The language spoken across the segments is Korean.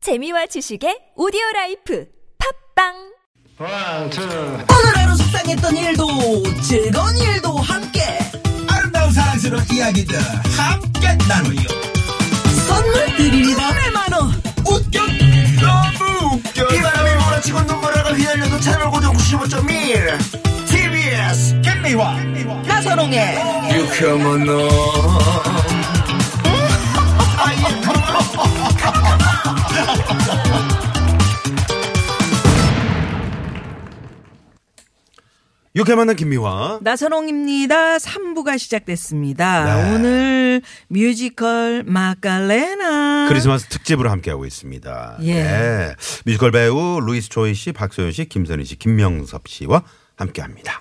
재미와 지식의 오디오 라이프 팝빵 One, two. 오늘 하루 속상했던 일도 즐거운 일도 함께 아름다운 사랑스러운 이야기들 함께 나누요. 선물 드립니다 네, 100만원 웃겨 너무 웃겨. 바람이 몰아치고 눈보라가 휘날려도 채널 고정 95.1 TBS 김미화 나선홍의 유쾌한 너 이렇게 만난 김미화. 나선홍입니다 3부가 시작됐습니다 네. 오늘 뮤지컬 마카레나 크리스마스 특집으로 함께하고 있습니다. 예. 네. 뮤지컬 배우 루이스 조이 씨, 박소연 씨, 김선희 씨, 김명섭 씨와 함께합니다.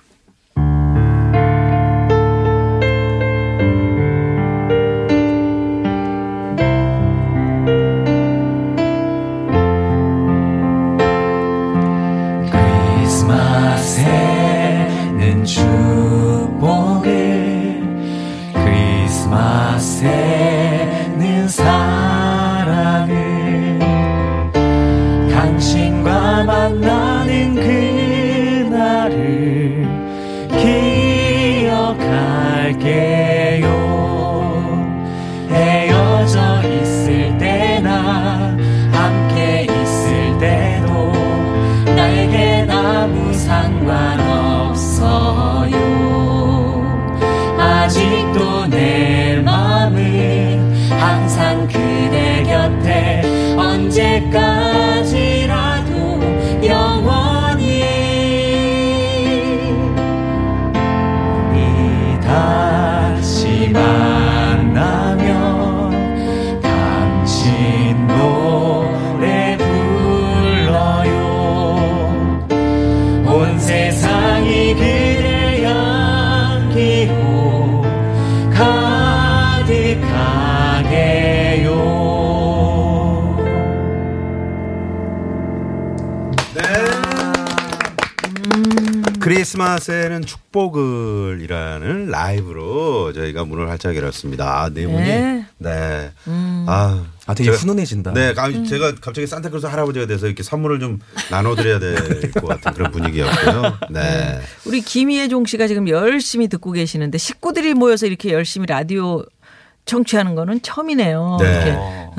크리스마스에는 축복을 크리스마스에는 사랑을 당신과 만나는 그날을 기억할게요 헤어져 있을 때나 함께 있을 때도 나에겐 아무 상관없어요 아직도 내 마음은 항상 그대 곁에 언제까지라도 영원히 우리 다시 만나면 당신 노래 불러요 온 세상이 그대 향기로 가득하게요 크리스마스에는 축복을이라는 라이브로 저희가 문을 활짝 열었습니다. 아, 네 분이. 네. 네. 아, 아, 되게 제가- 훈훈해진다. 네, 아, 제가 갑자기 산타클로스 할아버지가 돼서 이렇게 선물을 좀 나눠드려야 될 것 같은 그런 분위기였고요. 네. 우리 김희애종 씨가 지금 열심히 듣고 계시는데 식구들이 모여서 이렇게 열심히 라디오 청취하는 거는 처음이네요 네. 이렇게.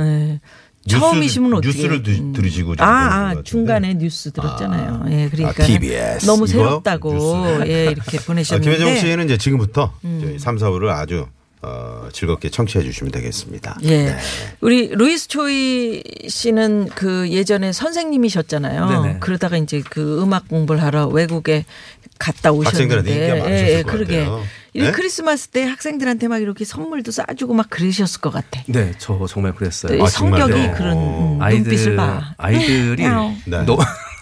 네. 뉴스- 처음이시면 어떻게 뉴스를 드- 들으시고 지금 그러는 것 아, 아 같은데. 중간에 뉴스 들었잖아요. 예, 그러니까 아, TBS. 너무 이거? 새롭다고 뉴스. 예 이렇게 아, 보내셨는데 음. 김혜정 씨는 이제 지금부터 저희 3, 4부를 아주 어, 즐겁게 청취해 주시면 되겠습니다. 네. 예, 우리 루이스 초이 씨는 그 예전에 선생님이셨잖아요. 네네. 그러다가 이제 그 음악 공부를 하러 외국에 갔다 오셨는데, 예, 학생들한테 인기가 많으셨을 것 그러게 같아요. 이 네? 크리스마스 때 학생들한테 막 이렇게 선물도 싸주고 막 그러셨을 것 같아. 네, 저 정말 또 그랬어요. 이 아, 정말요? 어. 성격이 그런 음, 네. 눈빛을 봐. 아이들이 야옹. 네. 너-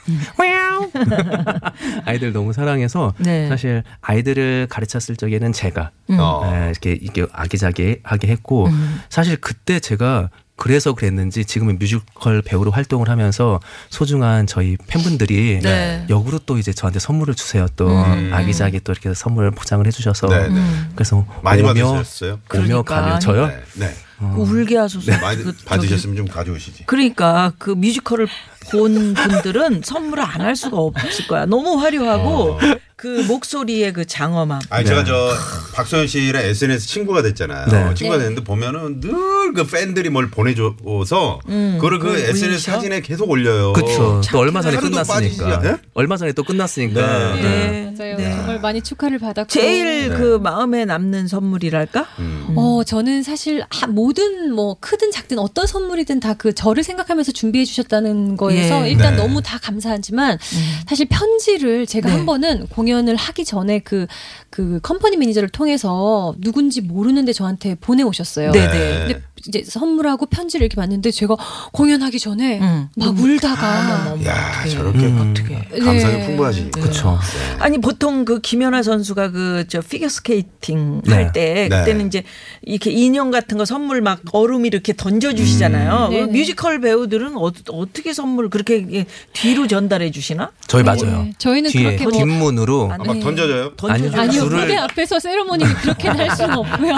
아이들 너무 사랑해서 네. 음. 사실 아이들을 가르쳤을 적에는 제가 어. 네, 이렇게 이게 아기자기하게 했고 사실 그때 제가 그래서 그랬는지 지금은 뮤지컬 배우로 활동을 하면서 소중한 저희 팬분들이 네. 음. 역으로 또 이제 저한테 선물을 주세요 또 아기자기 또 이렇게 선물 포장을 해주셔서 네, 네. 그래서 많이 오며 받으셨어요? 오며 그러니까. 가며 저요 네. 네. 어. 그 울게 하소서. 많이 그 저기- 받으셨으면 좀 가져오시지. 그러니까 그 뮤지컬을 본 분들은 선물을 안 할 수가 없을 거야. 너무 어. 화려하고 그 목소리의 그 장엄함. 아니 제가 저 박소연 씨랑 SNS 친구가 됐잖아요. 네. 친구가 됐는데 보면은 늘 그 팬들이 뭘 보내줘서 그걸 그 음, 그걸 SNS 올리셔? 사진에 계속 올려요. 그쵸 또 얼마 전에 하루도 끝났으니까 빠지지 않- 네? 얼마 전에 또 끝났으니까 네. 네. 네. 맞아요. 정말 많이 축하를 받았고. 제일 그 마음에 남는 선물이랄까? 음. 어, 저는 사실 아, 모든 뭐 크든 작든 어떤 선물이든 다 그 저를 생각하면서 준비해 주셨다는 거에서 예. 일단 너무 다 감사하지만 음. 사실 편지를 제가 네. 한 번은 공연을 하기 전에 그 그 컴퍼니 매니저를 통해서 누군지 모르는데 저한테 보내 오셨어요. 네. 근데 이제 선물하고 편지를 이렇게 봤는데 제가 공연하기 전에 음. 막 울다가 야 저렇게 아. 어떻게? 감상이 네. 풍부하시니까. 네. 그쵸 아니 보통 그 김연아 선수가 그 저 피겨 스케이팅 네. 할 때 네. 그때는 이제 이렇게 인형 같은 거 선물 막 얼음 이렇게 던져 주시잖아요. 네네. 뮤지컬 배우들은 어, 떻게 선물 그렇게 이게 뒤로 전달해 주시나? 저희 맞아요 네. 저희는 뒤에 그렇게 뭐- 뒷문으로 아, 막 던져져요. 던져 주시나? 아니요 줄을- 무대 앞에서 세레모니를 그렇게 할 수는 없고요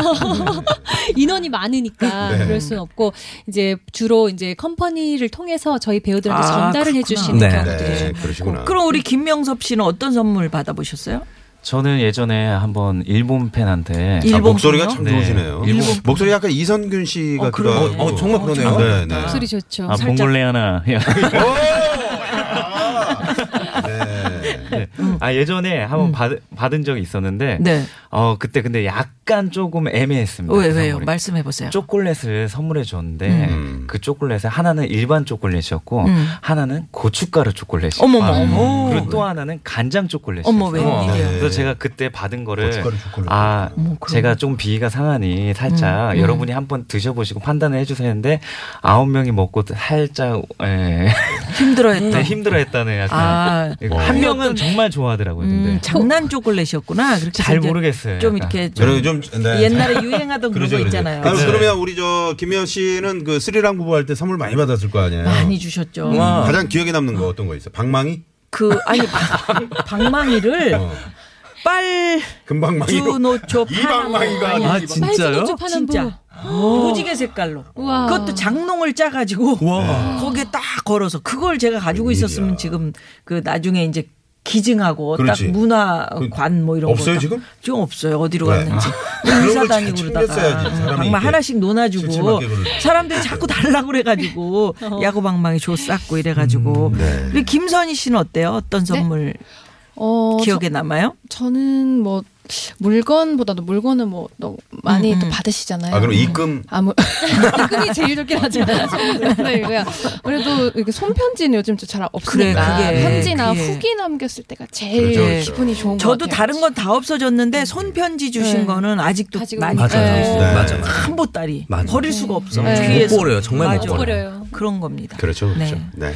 인원이 많으니까 네. 그럴 수는 없고 이제 주로 이제 컴퍼니를 통해서 저희 배우들한테 아, 전달을 그렇구나. 해주시는 네. 경우들이 네, 좀 그러시구나. 그럼 우리 김명섭 씨는 어떤 선물 받아보셨어요? 저는 예전에 한번 일본 팬한테 일- 아, 일본 목소리가 분이요? 참 네. 좋으시네요. 일본 분. 목소리 약간 이선균 씨 어, 같기도 그러네. 하고. 어, 정말 그러네요. 네, 네. 목소리 좋죠. 아 살짝 봉골레 하나 해야 네. 네. 아 예전에 한번 받, 받은 적이 있었는데 음. 네. 어 그때 근데 약간 조금 애매했습니다. 왜 그 왜요? 선물이. 말씀해 보세요. 초콜릿을 선물해 줬는데 음. 그 초콜릿에 하나는 일반 초콜릿이었고 음. 하나는 고춧가루 초콜릿이 어머머. 어머. 그리고 또 하나는 간장 초콜릿이 어머, 웬일이에요. 그래서 제가 그때 받은 거를 고춧가루 초콜릿. 아 어머, 음, 그럼. 제가 좀 비위가 상하니 살짝 여러분이 한번 드셔보시고 판단을 해주세요 했는데 아홉 명이 먹고 살짝 에, 힘들어했다. 네, 힘들어했다는 약간 아, 한 명은 정말 좋아하더라고요. 근데 음, 장난 초콜릿이었구나. 그렇게 네. 잘 이제 모르겠어요. 좀 약간. 이렇게 좀 저는 좀 네. 옛날에 유행하던 그런 거 있잖아요. 아, 네. 그러면 우리 저 김혜연 씨는 그 스리랑 부부할 때 선물 많이 받았을 거 아니에요. 많이 주셨죠. 음. 와. 가장 기억에 남는 거 어떤 거 있어요? 방망이? 그 아니 방- 방망이를 어. 빨 금방망이로. 주노초 이 방망이가 파는 아 방망이. 진짜요? 빨주노초 파는 진짜 어. 무지개 색깔로 우와. 그것도 장롱을 짜가지고 네. 와. 거기에 딱 걸어서 그걸 제가 가지고 웬일이야. 있었으면 지금 그 나중에 이제 기증하고 그렇지. 딱 문화관 뭐 이런 없어요, 거 딱- 지금? 지금 없어요 어디로 왜? 갔는지 그런 의사 걸잘 다니고 챙겼어야지, 그러다가 사람이 방망 이렇게. 하나씩 논아주고 칠칠맞게 그러려고. 사람들이 자꾸 달라고 그래가지고 야구 방망이 줘 쌌고 이래가지고 네. 우리 김선희 씨는 어때요 어떤 선물 어, 기억에 남아요? 저, 는뭐 물건보다도 물건을 뭐 너무 많이 음, 음. 또 받으시잖아요. 음. 아, 그럼 입금. 아무 끈이 제일 좋긴 하죠. 네, 그냥 그래도 이렇게 손편지는 요즘 좀 잘 없으니까 그래, 그게, 편지나 그게. 후기 남겼을 때가 제일 그렇죠, 그렇죠. 기분이 좋은 것 저도 같아요. 다른 건 다 없어졌는데 손편지 주신 네. 거는 아직도 아직은 많이 맞아요. 네. 네. 맞아. 맞아. 큰 보따리 맞아. 버릴 수가 없어 네. 못 뒤에서. 버려요. 정말 못 맞아. 버려요. 그런 겁니다. 그렇죠, 그렇죠. 네. 네.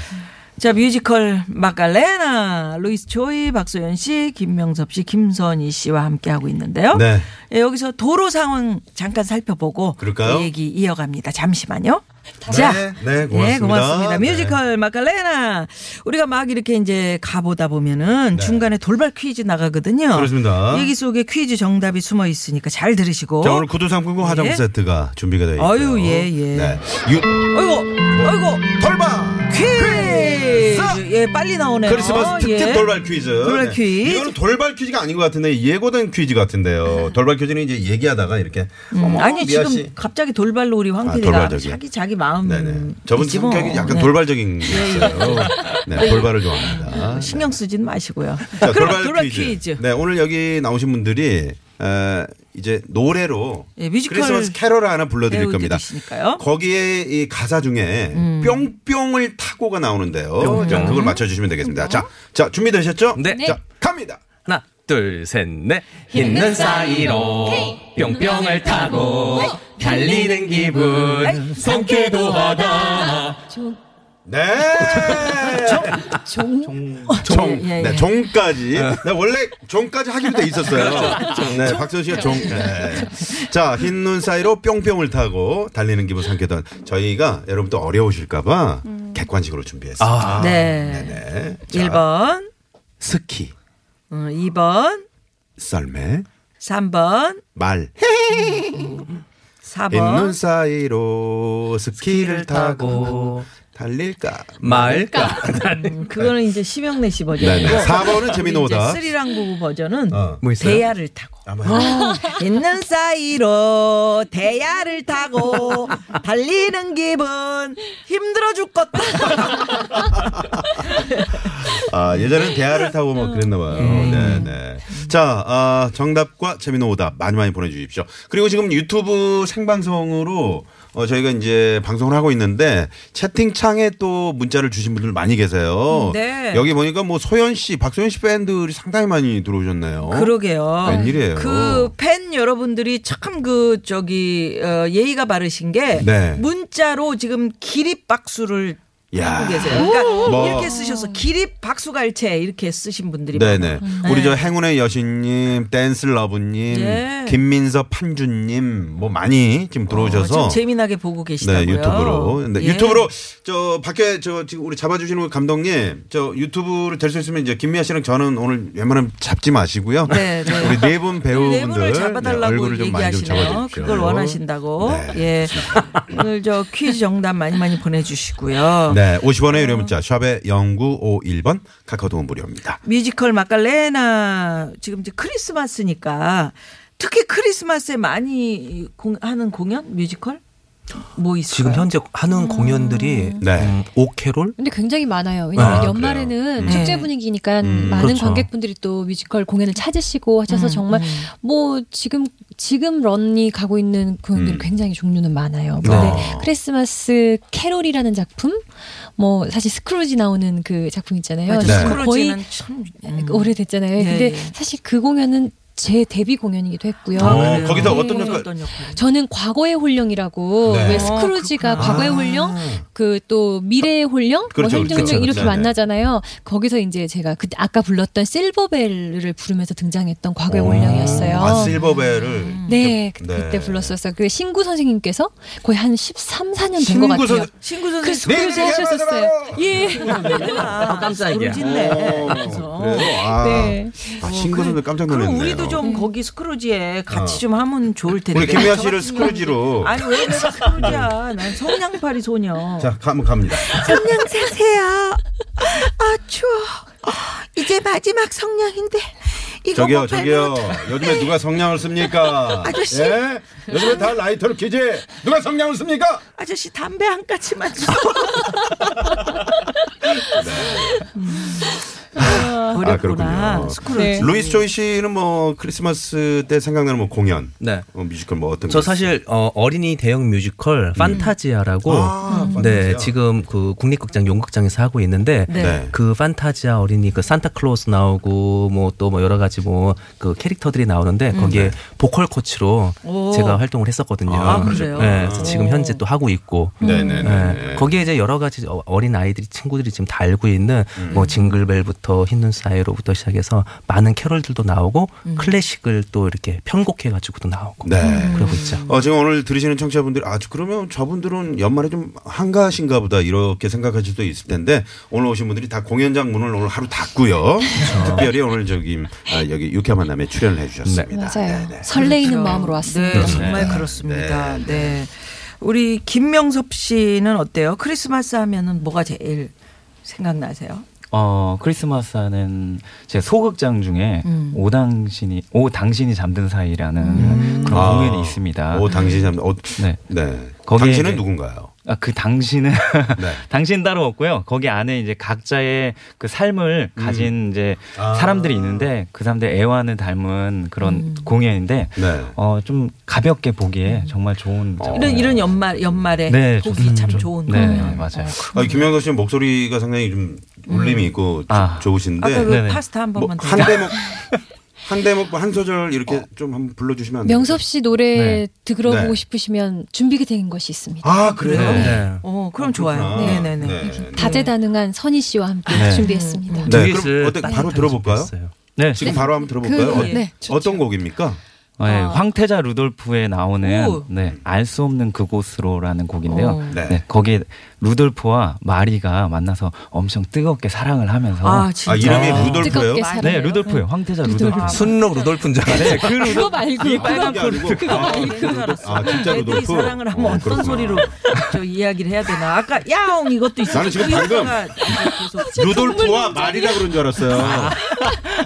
자 뮤지컬 마갈레나 루이스 조이 박소연 씨 김명섭 씨 김선희 씨와 함께 하고 있는데요. 네. 예, 여기서 도로 상황 잠깐 살펴보고 그럴까요? 그 얘기 이어갑니다. 잠시만요. 네, 네, 고맙습니다. 예, 고맙습니다. 네. 뮤지컬 마갈레나 우리가 막 이렇게 이제 가보다 보면은 네. 중간에 돌발 퀴즈 나가거든요. 그렇습니다. 얘기 속에 퀴즈 정답이 숨어 있으니까 잘 들으시고. 자, 오늘 구두 상품과 화장품 예. 세트가 준비가 되어 있고요. 아유, 예, 예. 네. 유, 아이고, 아이고, 돌발! 퀴즈. 예, 빨리 나오네요. 그 크리스마스 특집 예. 돌발 퀴즈. 돌발 네. 퀴즈. 이거는 돌발 퀴즈가 아닌 것 같은데 예고된 퀴즈 같은데요. 돌발 퀴즈는 이제 얘기하다가 이렇게 음, 어머, 아니 미아 지금 씨. 갑자기 돌발로 우리 황 아, PD가 돌발적이야. 자기 자기 마음. 네네. 저분 이지 뭐. 성격이 약간 네. 돌발적인 게 있어요. 네, 돌발을 좋아합니다. 신경 쓰진 마시고요. 자, 그럼 돌발, 퀴즈. 네, 오늘 여기 나오신 분들이 에, 이제 노래로 예, 뮤지컬 크리스마스 캐럴 하나 불러드릴 겁니다. 배우들이시니까요. 거기에 이 가사 중에 뿅뿅을 타고가 나오는데요. 자, 그걸 맞춰주시면 되겠습니다. 자, 자 준비되셨죠? 네. 자, 갑니다. 하나 둘 셋 넷 있는 사이로 뿅뿅을 타고 달리는 기분 상쾌도 하다 네. 종, 예, 예. 네, 종까지. 네, 원래 종까지 하기로 돼 그렇죠, 있었어요. 네, 박선 씨가 종. 네. 자, 흰 눈 사이로 뿅뿅을 타고 달리는 기분 삼켰던 저희가 여러분 또 어려우실까봐 객관식으로 준비했어요. 아 네. 네. 자, 1번, 스키 음, 2번, 썰매, 3번, 말. 흰 눈 4번. 사이로 스키를 타고 달릴까? 말까 음, 그거는 이제 심영래 씨 버전이고. 네네. 4번은 우리 이제 재미노다. 스리랑 아, 부부 버전은 어. 뭐 있어요? 대야를 타고. 있는 사이로 대야를 타고 달리는 기분 힘들어 죽겠다. 아, 예전에는 대화를 타고 막 그랬나 봐요. 네, 네. 자, 아, 정답과 재미있는 오답 많이 많이 보내주십시오. 그리고 지금 유튜브 생방송으로 어, 저희가 이제 방송을 하고 있는데 채팅창에 또 문자를 주신 분들 많이 계세요. 네. 여기 보니까 뭐 소연 씨, 박소연 씨 팬들이 상당히 많이 들어오셨네요. 그러게요. 웬일이에요. 그 팬 여러분들이 참 그 저기 어, 예의가 바르신 게 네. 문자로 지금 기립박수를 야. 하고 계세요. 그러니까 뭐. 이렇게 쓰셔서 기립 박수갈채 이렇게 쓰신 분들이 네네. 우리 네. 저 행운의 여신님, 댄슬러브님, 예. 김민서 판주님 뭐 많이 지금 들어오셔서 좀 재미나게 보고 네 계시다고요. 유튜브로 네, 예. 유튜브로 저 밖에 저 지금 우리 잡아주시는 우리 감독님 저 유튜브를 될 수 있으면 이제 김미아 씨랑 저는 오늘 웬만하면 잡지 마시고요. 네, 네. 우리 네 분 네 배우분들 분을 네, 잡아달라고 얼굴을 좀 많이 좀 얘기하시네요. 잡아주십시오. 그걸 원하신다고. 네. 예. 오늘 저 퀴즈 정답 많이 많이 보내주시고요. 네, 어. 50원의 유료 문자 샵의 0951번 카카오톡은 무료입니다. 뮤지컬 마카레나 지금 이제 크리스마스니까 특히 크리스마스에 많이 공, 하는 공연 뮤지컬 뭐 있어요? 지금 현재 하는 공연들이 네. 음, 오케롤 근데 굉장히 많아요. 왜냐면 아, 연말에는 그래요? 축제 음. 분위기니까 많은 그렇죠. 관객분들이 또 뮤지컬 공연을 찾으시고 하셔서 음, 정말 뭐 지금 지금 런이 가고 있는 공연들이 음. 굉장히 종류는 많아요. 근데 어. 크리스마스 캐롤이라는 작품, 뭐 사실 스크루지 나오는 그 작품 있잖아요. 맞아요. 네. 지금 거의 그 스크루지는 참 오래됐잖아요. 예, 근데 예. 사실 그 공연은 제 데뷔 공연이기도 했고요. 네. 어, 아, 그래요? 거기서 어떤 음. 역할- 어떤 역할? 저는 과거의 홀령이라고 네. 왜 어, 아, 스크루지가 과거의 홀령 그 또 미래의 홀령, 그렇죠, 뭐 현재 그렇죠. 홀령 이렇게 네, 네. 만나잖아요. 거기서 이제 제가 그 아까 불렀던 실버벨을 부르면서 등장했던 과거의 오. 홀령이었어요. 아, 실버벨을 음. 네, 그, 네. 때 불렀었어요. 그 신구 선생님께서 거의 한 13, 14년 된 것 신구 같아요. 선- 신구 그 네, 선생님 네. 스크루지 하셨었어요. 예. 어, 아, 깜짝이야. 모르겠네. 어, 그래서. 그래요? 아, 네. 아 신고선들 깜짝 놀랐네요. 어. 그럼 우리도 음. 좀 거기 스크루지에 같이 좀 하면 좋을 텐데. 우리 김미아 저 씨를 같은 스크루지로. 아니 왜 내가 스크루지야? 난 성냥팔이 소녀. 자, 한번 갑니다. 성냥 사세요. 아 추워. 아, 이제 마지막 성냥인데 이거 저기요, 못 팔면 저기요. 네. 요즘에 누가 성냥을 씁니까? 아저씨. 예? 요즘에 다 라이터를 켜지. 누가 성냥을 씁니까? 아저씨 담배 한 까치만 주세요. 아, 어렵구나. 그렇군요. 스크루지. 네. 루이스 조이 씨는 뭐 크리스마스 때 생각나는 뭐 공연, 네. 어, 뮤지컬 뭐 어떤 저 거 사실 어, 어린이 대형 뮤지컬 판타지아라고 아, 음. 네 판타지아. 지금 그 국립극장 용극장에서 하고 있는데 네. 네. 그 판타지아 어린이 그 산타클로스 나오고 뭐 또 뭐 여러 가지 뭐 그 캐릭터들이 나오는데 음. 거기에 보컬 코치로 오. 제가 활동을 했었거든요. 네. 아, 그래요? 네, 그래서 지금 오. 현재 또 하고 있고 네네네. 네. 거기에 이제 여러 가지 어- 어린 아이들이 친구들이 지금 다 알고 있는 음. 뭐 징글벨부터 흰눈 사이로부터 시작해서 많은 캐럴들도 나오고 음. 클래식을 또 이렇게 편곡해 가지고도 나오고 네. 그러고 있죠. 어, 지금 오늘 들으시는 청취자분들이 아, 저- 그러면 저분들은 연말에 좀 한가하신가 보다 이렇게 생각하실 수도 있을 텐데 오늘 오신 분들이 다 공연장 문을 오늘 하루 닫고요. 그렇죠. 특별히 오늘 저기 아, 여기 유쾌한 만남에 출연을 해 주셨습니다. 네, 맞아요. 설레이는 그렇죠. 마음으로 왔습니다. 네, 정말 그렇습니다. 네. 우리 김명섭 씨는 어때요? 크리스마스 하면은 뭐가 제일 생각나세요? 어, 크리스마스 하는 제 소극장 중에 음. 오 당신이 오 당신이 잠든 사이라는 음. 그런 아. 공연이 있습니다. 오, 당신이 참 어, 네. 네. 거기에 당신은 이제- 누군가요? 아, 그 당신은 네. 당신 따로 없고요. 거기 안에 이제 각자의 그 삶을 음. 가진 이제 아. 사람들이 있는데 그 사람들 애완을 닮은 그런 음. 공연인데 네. 어, 좀 가볍게 보기에 정말 좋은 어. 작품. 이런 이런 연말 연말에 네, 보기 좋습니다. 참 좀- 좋은 어. 네, 거예요. 맞아요. 아, 김영석 씨는 목소리가 상당히 좀 울림이 있고 조- 아. 좋으신데 아까 그 네네. 파스타 한 번만 더. 어. 뭐한 대목 한 대목 뭐 한 소절 이렇게 좀 한번 불러 주시면 안 돼요? 명섭 씨 노래 네. 들어보고 네. 싶으시면 준비가 된 것이 있습니다. 아, 그래요? 네. 어, 그럼 좋아요. 그렇구나. 네, 네, 네. 다재다능한 선희 씨와 함께 네. 준비했습니다. 네, 듀엣을 그럼 어때 따로 바로 따로 들어볼까요? 준비했어요. 네. 지금 바로 한번 들어볼까요? 그, 어, 네, 어떤 곡입니까? 네, 황태자 루돌프에 아. 오. 나오는 네, 알 수 없는 그곳으로라는 곡인데요. 어. 네. 네, 거기에 루돌프와 마리가 만나서 엄청 뜨겁게 사랑을 하면서 아, 진짜. 아, 이름이 아. 루돌프예요? 뜨겁게 사랑해요. 네, 루돌프요. 황태자 루돌프. 아, 순록 루돌프인 줄 알았어요. 네, 그 그거 루돌프. 네, 말고 이 그거 빨간 그게 아니고- 루돌프. 그거 아, 말고 그거 알았어. 아, 진짜 애들이 루돌프? 사랑을 하면 어, 어떤 그렇구나. 소리로 저 이야기를 해야 되나? 아까 야옹 이것도 있어. 그 나는 지금 방금 루돌프와 말이라 그런 줄 알았어요. 아,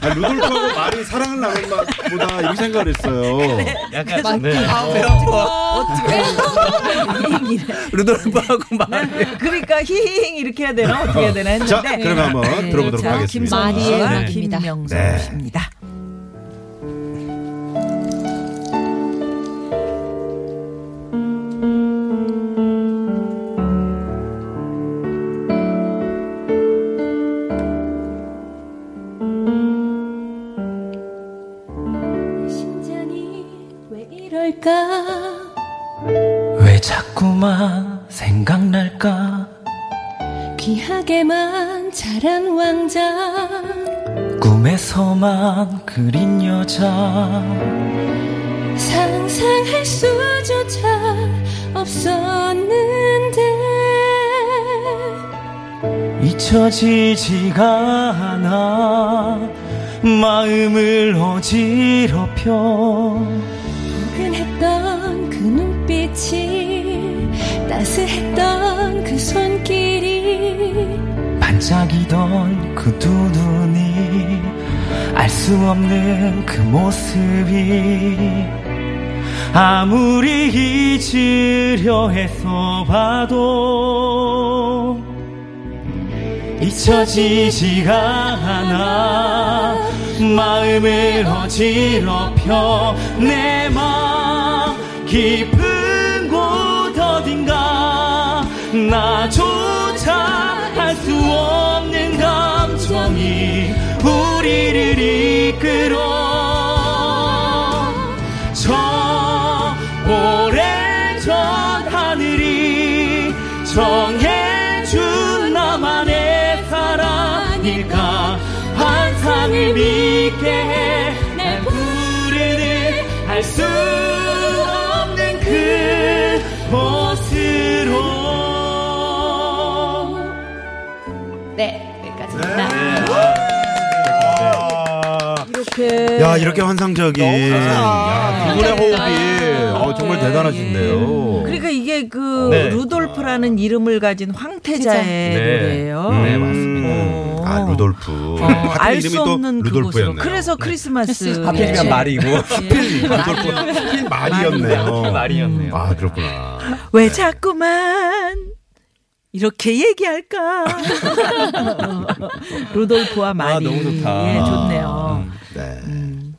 루돌프하고 말이 사랑을 나눌 맛보다 이렇게 생각을 했어요. 네. 약간 네. 루돌프하고 막 그러니까 히히히 이렇게 해야 되나 어떻게 해야 되나 했는데 네, 자, 그럼 한번 들어보도록 자, 하겠습니다. 마리의 김성수와 음악입니다. 네. 김명성 씨입니다. 왜 자꾸만 생각날까 귀하게만 자란 왕자 꿈에서만 그린 여자 상상할 수조차 없었는데 잊혀지지가 않아 마음을 어지럽혀 포근했던 그 눈빛이 따스했던 그 손길이 반짝이던 그 두 눈이 알 수 없는 그 모습이 아무리 잊으려 해서 봐도 잊혀지지가 않아 마음을 어지럽혀 내맘 깊은 곳 어딘가 나조차 알 수 없는 감정이 우리를 이끌어 저 오랜 전 하늘이 정해준 나만의 사랑일까 환상을 믿게 해날 부르는 알 수 없는 그 곳으로 네. 아. 이렇게 야 이렇게 환상적인 야, 두 분의 호흡이 어, 정말 대단하신데요. 네. 그러니까 이게 그 네. 루돌프라는 이름을 가진 황태자의 네. 노래예요. 음. 네, 맞습니다. 음. 아 루돌프. 어, 하필 알 이름이 수 또 없는 그곳으로. 루돌프였네요. 그래서 크리스마스 하필이면 예. 말이고 하필 루돌프 그 하필 그 말이었네요. 말이었네요. 아 그렇구나. 왜 자꾸만 이렇게 얘기할까? 아, 루돌프와 마리. 너무 좋다. 예, 좋네요. 네. 음.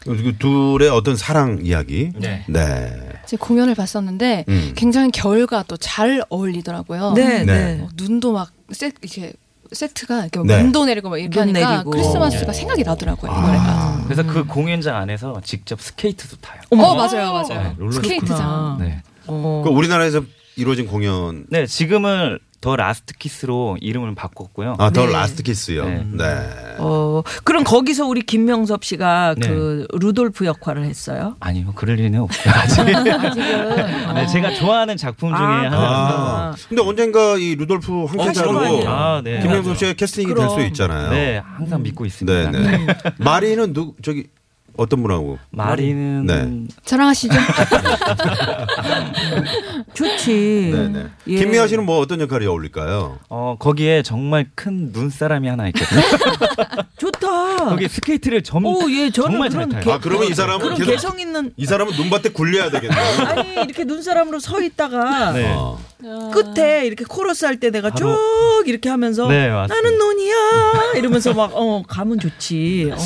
그 둘의 어떤 사랑 이야기. 네. 네. 제 공연을 봤었는데 음. 굉장히 겨울과 또 잘 어울리더라고요. 네, 네. 네. 어, 눈도 막 세, 이렇게 세트가 이렇게 네. 눈도 내리고 막 이렇게 눈 하니까 내리고. 크리스마스가 생각이 나더라고요. 이 노래가. 그래서 그 공연장 안에서 직접 스케이트도 타요. 어 맞아요 맞아요. 롤러 스케이트장. 네. 그 어, 우리나라에서 이루어진 공연. 네, 지금은 더 라스트 키스로 이름을 바꿨고요. 아 더 네. 라스트 키스요. 네. 네. 어, 그럼 거기서 우리 김명섭 씨가 네. 그 루돌프 역할을 했어요? 아니요, 그럴 리는 없어요. 아직. 어, 네, 제가 좋아하는 작품 중에 아, 하나라서. 아, 근데 언젠가 이 루돌프 황태자로 그럼요. 아, 네. 김명섭 씨의 캐스팅이 될 그럼. 음. 수 있잖아요. 네, 항상 믿고 있습니다. 네네. 마리는 누 저기 어떤 분하고? 마리는 네. 자랑하시죠. 좋지. 네네. 예. 김미아 씨는 뭐 어떤 역할이 어울릴까요? 어, 거기에 정말 큰 눈사람이 하나 있거든요. 좋다. 거기 스케이트를 점, 오, 예, 저는 음, 정말 그런 잘 타요. 개- 어, 아 그러면 이 사람은 그럼 계속 개성 있는 이 사람은 눈밭에 굴려야 되겠네요. 아니 이렇게 눈사람으로 서 있다가 네. 어. 끝에 이렇게 코러스 할 때 내가 바로- 쭉 이렇게 하면서 네, 맞습니다. 나는 논이야 이러면서 막 어 가면 좋지. 어.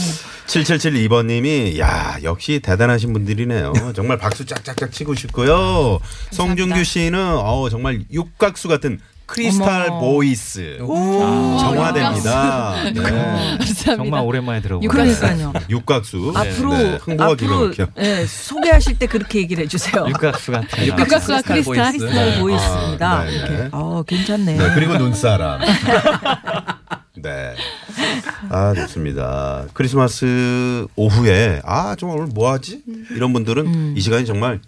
7772번님이 야 역시 대단하신 분들이네요. 정말 박수 짝짝짝 치고 싶고요. 성준규 씨는 어 정말 육각수 같은 크리스탈 어머. 보이스 정화됩니다. 네. 정말 오랜만에 들어보고. 그러니까요. 육각수 앞으로 네. 홍보가 기가 앞으로 막혀. 예, 소개하실 때 그렇게 얘기를 해주세요. 육각수 같은. 육각수와 크리스탈. 크리스탈 보이스입니다. 아, 네네. 이렇게. 어 괜찮네. 네, 그리고 눈사람. 네. 아, 좋습니다. 크리스마스 오후에, 아, 정말 오늘 뭐 하지? 이런 분들은 이 시간이 정말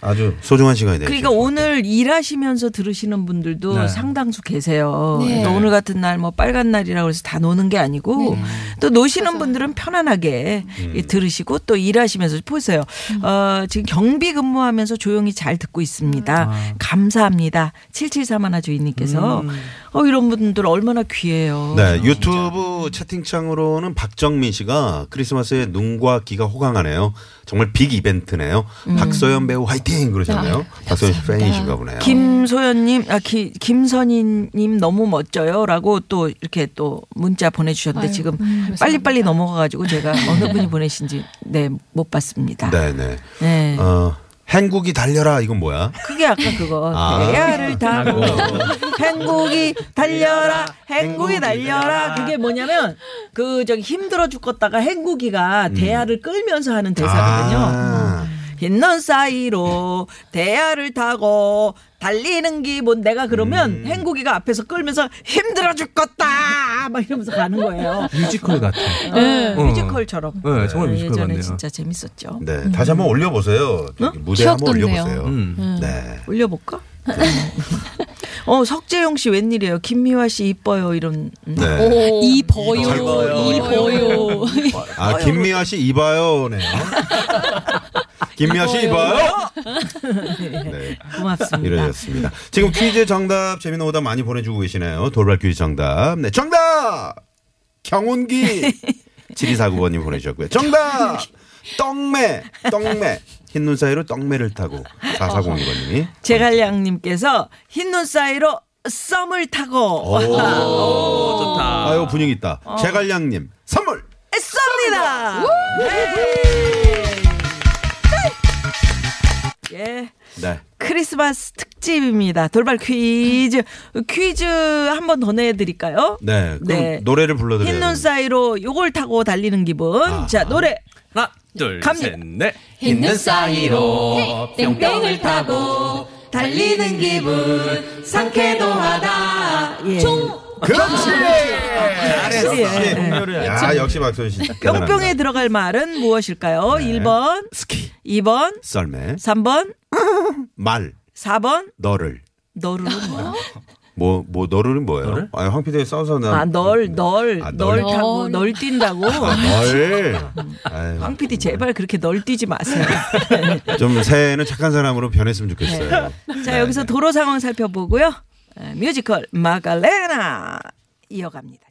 아주 소중한 시간이 되죠. 음. 그러니까 오늘 일하시면서 들으시는 분들도 네. 상당수 계세요. 네. 그러니까 오늘 같은 날 뭐 빨간 날이라고 해서 다 노는 게 아니고 음. 또 노시는 분들은 편안하게 음. 이 들으시고 또 일하시면서 보세요. 어, 지금 경비 근무하면서 조용히 잘 듣고 음. 있습니다. 아. 감사합니다. 773 하나 주인님께서 어, 이런 분들 얼마나 귀해요. 네, 유튜브 채팅창으로는 박정민 씨가 크리스마스에 눈과 귀가 호강하네요. 정말 빅 이벤트네요. 음. 박소연 배우 화이팅! 그러셨네요. 아, 박소연 씨 팬이신가 보네요. 김소연님, 아, 기, 김선희님 너무 멋져요. 라고 또 이렇게 또 문자 보내주셨는데 아유, 지금 음, 빨리빨리 넘어가가지고 제가 어느 분이 보내신지 네, 못 봤습니다. 네. 네네. 어, 행국이 달려라. 이건 뭐야? 그게 아까 그거. 아. 대야를 타고 행국이 달려라, 행국이 달려라. 그게 뭐냐면 그 저기 힘들어 죽겠다가 행국이가 대야를 끌면서 아. 하는 대사거든요. 아. 흰 넌 사이로 대야를 타고 달리는 기본 내가 음. 그러면 행국이가 앞에서 끌면서 힘들어 죽겠다 막 이러면서 가는 거예요. 뮤지컬 같아. 네. 어. 뮤지컬처럼. 네, 정말 뮤지컬 예전에 같네요. 진짜 재밌었죠. 네, 다시 한번 올려보세요. 저기 무대 한번 추억 어? 돋네요. 올려보세요. 음. 네. 올려볼까? 어 석재영 씨 웬일이에요? 김미화 씨 이뻐요 이런. 음. 네. 이 잘 버요, 봐요. 이 버요. 아, 김미아 씨 이봐요. 네. 김미아 씨 이봐요. 네. 고맙습니다. 이러셨습니다. 지금 퀴즈 정답 재미난 오답 많이 보내주고 계시네요. 돌발 퀴즈 정답. 네, 정답! 경운기! 7249번님 보내주셨고요. 정답! 떡매! 떡매! 흰눈 사이로 떡매를 타고 4402번님이. 제갈량님께서 흰 눈 사이로 썸을 타고 좋다. 어. 아유, 분위기 있다. 제갈량님, 선물! 쏩니다. 네. 예. 예. 네. 크리스마스 특집입니다. 돌발 퀴즈. 퀴즈 한 번 더 내드릴까요? 네. 그럼 네. 노래를 불러드려요. 흰눈 사이로 요걸 타고 달리는 기분. 자, 노래. 하나, 둘, 갑니다. 셋, 넷. 있는 사이로 뺑뺑을 타고 달리는 기분 상쾌도 하다. 예. 그렇지! 네, 그렇지. 예. 야, 역시 박소연 씨. 대단합니다. 네. 뿅뿅에 들어갈 말은 무엇일까요? 일 1번, 스키 2번, 썰매 3번, 말 4번. 너를 너를 뭐? 뭐 뭐 너를은 뭐예요? 아니 황 PD에 싸워서 나 아, 널, 널, 아, 널 널. 타고, 널 뛴다고. 아, 널. 아유, 황 PD 제발 그렇게 널 뛰지 마세요. 좀 새해에는 착한 사람으로 변했으면 좋겠어요. 자, 여기서 도로 상황 살펴보고요. 아, 뮤지컬 마갈레나 이어갑니다.